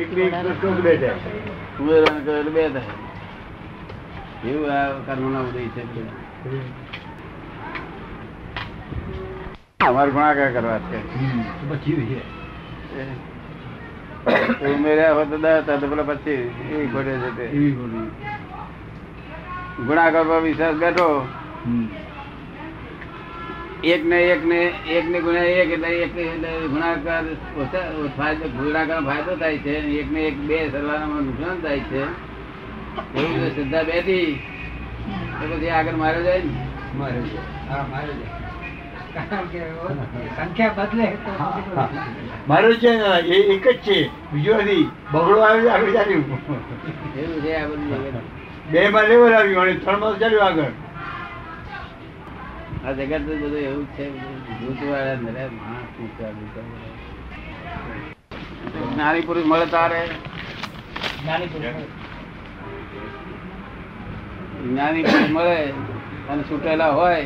એકને એક પ્રશ્ન બે જાય ઉમેરણ કરેલું બે થાય એવું આ કર્મના ઉદય છે અમારે ગુણાકાર કરવા છે એ ઉમેર્યા હોત તો દસ હતા તો પેલા પચીસ એ ઘટે છે તે ગુણાકાર પર વિશ્વાસ બેઠો એક ને એક ને એક ને ગુણ્યા એક એટલે એક એટલે ગુણાકાર ઓછા- ફાયદો ગુણાકાર ફાયદો થાય છે અને એક ને એક બે સરવાળામાં નુકસાન થાય છે એવું જો શ્રદ્ધા બેઠી તો પછી આગળ માર્યો જાય ને સંખ્યા બદલે તો મારું છે ને એ એક જ છે બીજું નથી બગડો આવ્યો તો આગળ ચાલ્યું એવું છે આ બધું જગત. બે માં લેવલ આવ્યું અને ત્રણ માં ચાલ્યું આગળ આ જગત તો બધું એવું જ છે ભૂતવાળા નરે માણસ ઊંચા નીચા. જ્ઞાની પુરુષ મળે તારે જ્ઞાની પુરુષ મળે અને છૂટેલા હોય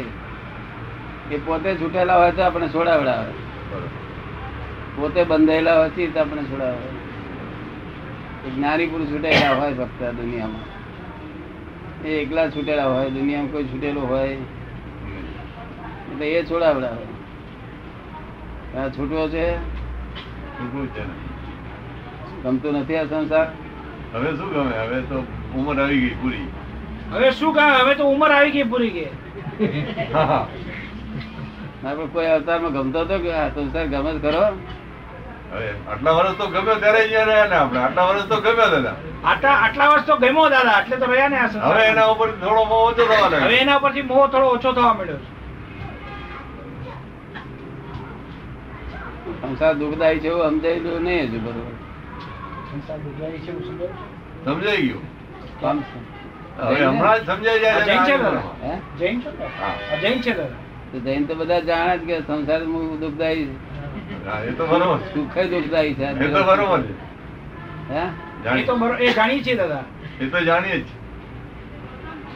એ પોતે છૂટેલા હોય તો આપણે છોડાવડાવે પોતે બંધાયેલા હોય છે તો આપણે છોડાવે એ જ્ઞાની પુરુષ છૂટેલા હોય ફક્ત આ દુનિયામાં એ એકલા છૂટેલા હોય દુનિયામાં કોઈ છૂટેલું હોય એટલે એ છોડાવડાવે આ છૂટવો છે શું છે ને? ગમતું નથી આ સંસાર હવે શું ગમે હવે તો ઉંમર આવી ગઈ પૂરી હવે શું કામ હવે તો ઉંમર આવી ગઈ પૂરી ગઈ ના પણ કોઈ અવતારમાં ગમતો હતો કે આ સંસાર ગમે જ ખરો હવે આટલા વર્ષ તો ગમ્યો ત્યારે અહીંયા રહ્યા ને આપણે આટલા વર્ષ તો ગમ્યો દાદા આટલા આટલા વર્ષ તો ગમ્યો દાદા એટલે તો રહ્યા ને આ સંસારમાં. હવે એના ઉપર થોડો મોહ ઓછો થવા હવે લાગ્યો એના પરથી મોહ થોડો ઓછો થવા મળ્યો છે. સંસાર દુઃખદાયી છે એવું સમજાય તો નહીં હજુ બરોબર સમજાઈ ગયું કામ હવે હમણાં જ સમજાઈ જાય છે જય છે આ દાદા. ઉંમરમાં. હે જૈન છો ને? હા. આ જૈન છે દાદા તો જૈન તો બધા જાણે જ કે સંસાર મુ- દુઃખદાયી હા, એ તો બરોબર છે. સુખ જ દુઃખદાયી છે એ તો બરોબર છે હે એ તો જાણીએ. બરો- એ જાણીએ છીએ દાદા એ તો જાણીએ જ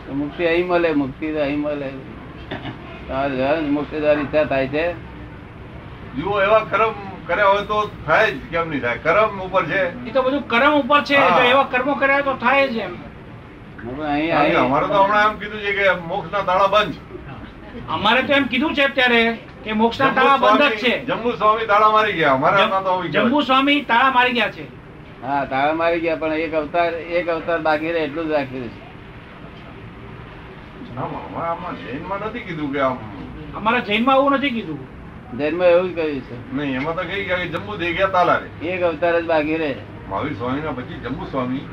તો મુક્તિ અહીં મળે મુક્તિ તો અહીં મળે તમારે જરા જ મુક્તિ જવાની ઈચ્છા થાય છે જુઓ એવા કર્મ કર્યા હોય તો થાય જ કેમ નહીં થાય કર્મ ઉપર છે એ તો બધું કર્મ ઉપર છે હા. તો એવા કર્મો કર્યા તો થાય જ એમ પણ અહીં કારણ કે અહીં અમારે તો હમણાં એમ કીધું છે કે મોક્ષ ના તાળા બંધ અમારે તો એમ કીધું છે અત્યારે કે મોક્ષના જંબુ તાળા બંધ જ સ્વામી- છે જંબુ સ્વામી તાળા મારી ગયા અમારા જમ- હતા તો આવી ગયા. જંબુ સ્વામી તાળા મારી ગયા છે હા તાળા મારી ગયા પણ એક અવતાર એક અવતાર બાકી રહે એટલું જ રાખ્યું છે આમ આમાં- આમાં જૈનમાં નથી કીધું કે આમ અમારા જૈનમાં આવું નથી કીધું જૈનમાં એવું જ કહ્યું છે નહીં એમાં તો કહી ગયા કે જંબુ દઈ ગયા તાલા રે એક અવતાર જ બાકી રહે મહાવીર સ્વામીના પછી જંબુ સ્વામી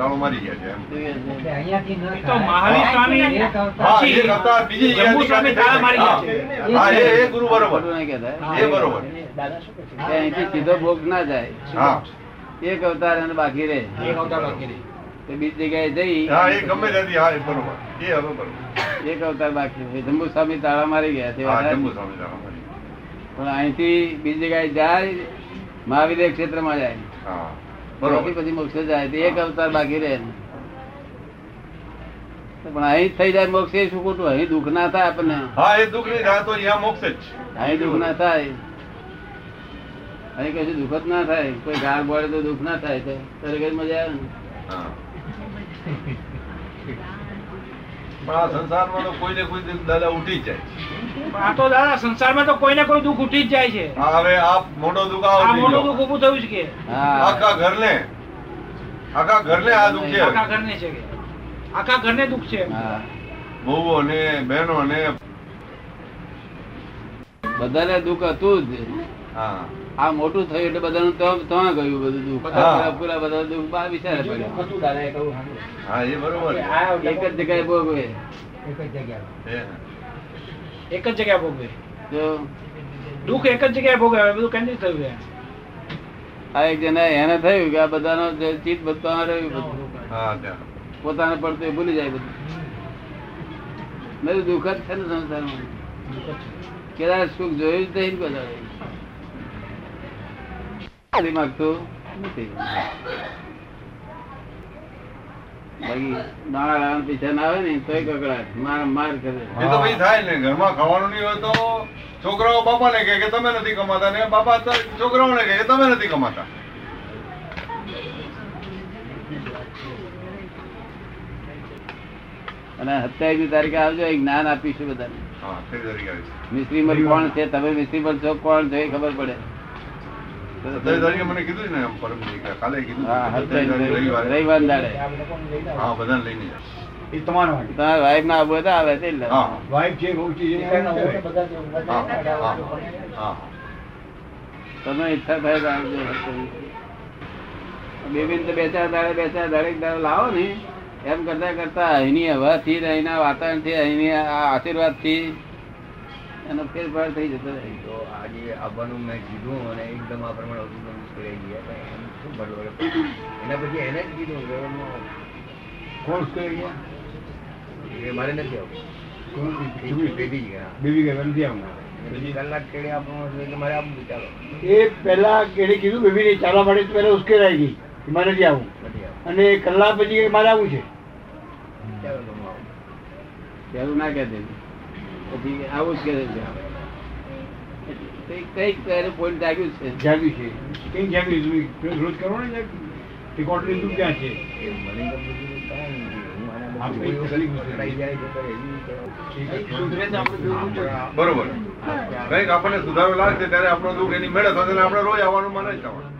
તાળો મારી ગયા છે એમ શું કહે એટલે છે? અહીંયાથી ન એ તો થાય. મહાવીર સ્વામી એક અવતાર. હા, એ કરતા બીજી જંબુ જ્ઞાતિ સ્વામી કાઢી તાળા મારી ગયા નાખી. છે. હા એ એ ગુરુ બરોબર ખોટું નહીં કહેતા. એ બરોબર દાદા શું કહે છે? કે અહીંથી સીધો ભોગ ના જાય હા એક અવતાર અને બાકી રહે એક અવતાર બાકી રહી. તો બીજી જગ્યાએ જઈ હા એ ગમે ત્યાંથી હા એ બરોબર એ હવે બરોબર એક અવતાર બાકી રહે જંબુ સ્વામી તાળા મારી ગયા છે હા વાળા. જંબુ સ્વામી તાળા મારી ગયા. પણ અહીંથી બીજી જગ્યાએ જાય મહાવીર ક્ષેત્રમાં જાય હા ત્યાંથી બરોબર પછી મોક્ષે જાય તો એક અવતાર બાકી રહે તો પણ અહીં જ થઈ જાય મોક્ષ એ શું ખોટું અહીં દુઃખ ના થાય આપણને હા એ દુઃખ નહીં થાય તો અહીંયા મોક્ષ જ અહીં દુઃખ ના થાય અહીં કશું દુઃખ જ ના થાય કોઈ ગાળ બોળે તો દુઃખ ના થાય તો તારે કઈ મજા આવે ને હા. પણ આ સંસારમાં તો કોઈ ને કોઈ દિન દાદા ઉઠી જ જાય પણ આ તો દાદા સંસારમાં તો કોઈને કોઈ દુઃખ ઉઠી જ જાય છે આ હવે આ મોટો દુખાવો આ થઈ મોટું ગયો. દુઃખ ઊભું થયું છે કે હા આખા ઘરને આખા ઘરને આ દુખે આખા ઘરને છે કે આખા ઘરને દુઃખ છે હા વહુઓ ને બહેનો ને બધાને દુઃખ હતું જ હા આ મોટું થયું એટલે બધાનું તો ત્યાં ગયું બધું દુઃખ હા. અપુરા અપુરા બધા દુઃખ બહાર વિચારે બીજું પડ્યા હતું દાદા એ કહ્યું સારું. હા એ બરોબર છે. આ એક જ જગ્યાએ ભોગવે એક જ જગ્યાએ. એ. એક જ જગ્યાએ ભોગવે જો દુઃખ એક જ જગ્યાએ ભોગવે હવે બધું કેન્દ્રિત થયું છે આ એક જણા એને થયું કે આ બધાનો જે ચિત્ત બધું રહ્યું બધું હા ત્યાં. પોતાને પડતું એ ભૂલી જાય બધું બધું દુઃખ જ છે ને સંસારમાં કેદાર સુખ જોયું જ નહીં ને બધાએ. ખાલી માગતું નથી બાકી દાણા લાવવાના પૈસા ના આવે ને તોય કકડાટ માર માર કરે એ તો પછી થાય ને ઘરમાં ખાવાનું નહીં હોય તો છોકરાઓ બાપાને કહે કે તમે નથી કમાતા ને બાપા તો છોકરાઓને કહે કે તમે નથી કમાતા અને સત્યાવીસમી તારીખે આવજો એ જ્ઞાન આપીશું બધાને હા તે તરીકે આવી મિસ્ત્રી પર કોણ છે તમે મિસ્ત્રી પર છો કોણ છો એ ખબર પડે છે સત્યાવીસ તારીખે મને કીધું ને એમ પરમ દિવસે, કાલે કીધું હા સત્યાવીસ તારીખે રવિવાર રવિવારે. રવિવાર દાડે આ લોકોને લઈ જાઓ. હા બધાને લઈને જાય. એ તમારા માટે તમારા વાઈફ ના આબુ હોય તો આવે છે એટલે હા વાઈફ છે બહુ છે એને દીકરાના હોય તો કહેવાય. બધા જ એવું, બધા હા જ હા આડા હા, આડા હા તમે ઈચ્છા થાય તો આવજો સત્યાવીસમી. બેબીને તો બે ચાર દાડે બે ચાર દાડે એક દાડો લાવો ને એમ કરતા કરતા અહીંની હવાથી ને અહીંના વાતાવરણથી અહીંની આ આશીર્વાદથી એનો ફેરફાર થઈ જતો રહે તો આજે આવવાનું મેં કીધું અને એકદમ આ પ્રમાણે હતું તો મુશ્કેલ આવી ગયા તો એમ શું બરોબર એના પછી એને જ કીધું કે એમનો- કોણ સ્કૂલે ગયા? એ મારે નથી આવવું કોણ? એ બેબી જ ગયા બેબી ગયા, નથી આવનાર. પછી કલાક છેડે આપવાનું હતું એટલે મારે આવવું ચાલો એ પહેલા એને કીધું બેબીને ચાલવા માટે તો પહેલા ઉશ્કેરાઈ ગઈ કે મારે નથી આવું નથી આવવું અને કલાક પછી કે મારે આવું છે ચાલો તો હું આવું એવું ના કહેતી પછી આવું જ કહે છે કઈક કઈક એને પોઈન્ટ લાગ્યું જ છે જાગ્યું છે કેમ જાગ્યું છે? તમે રોજ કરો ને જરાક. રેકોર્ડ લીધું ક્યાં છે એ મને તો બધું કાંઈ નથી. હું આને બધું આપણે એવું ગલી ગુજરી. પકડાઈ જાય તો કરે એવું તો- કંઈક સુધરે તો આપણે જોવું જોઈએ. બરોબર કંઈક આપણને સુધારો લાગશે ત્યારે આપણો દુઃખ એની મેળે થશે અને આપણે રોજ આવવાનું મને જ થવાનું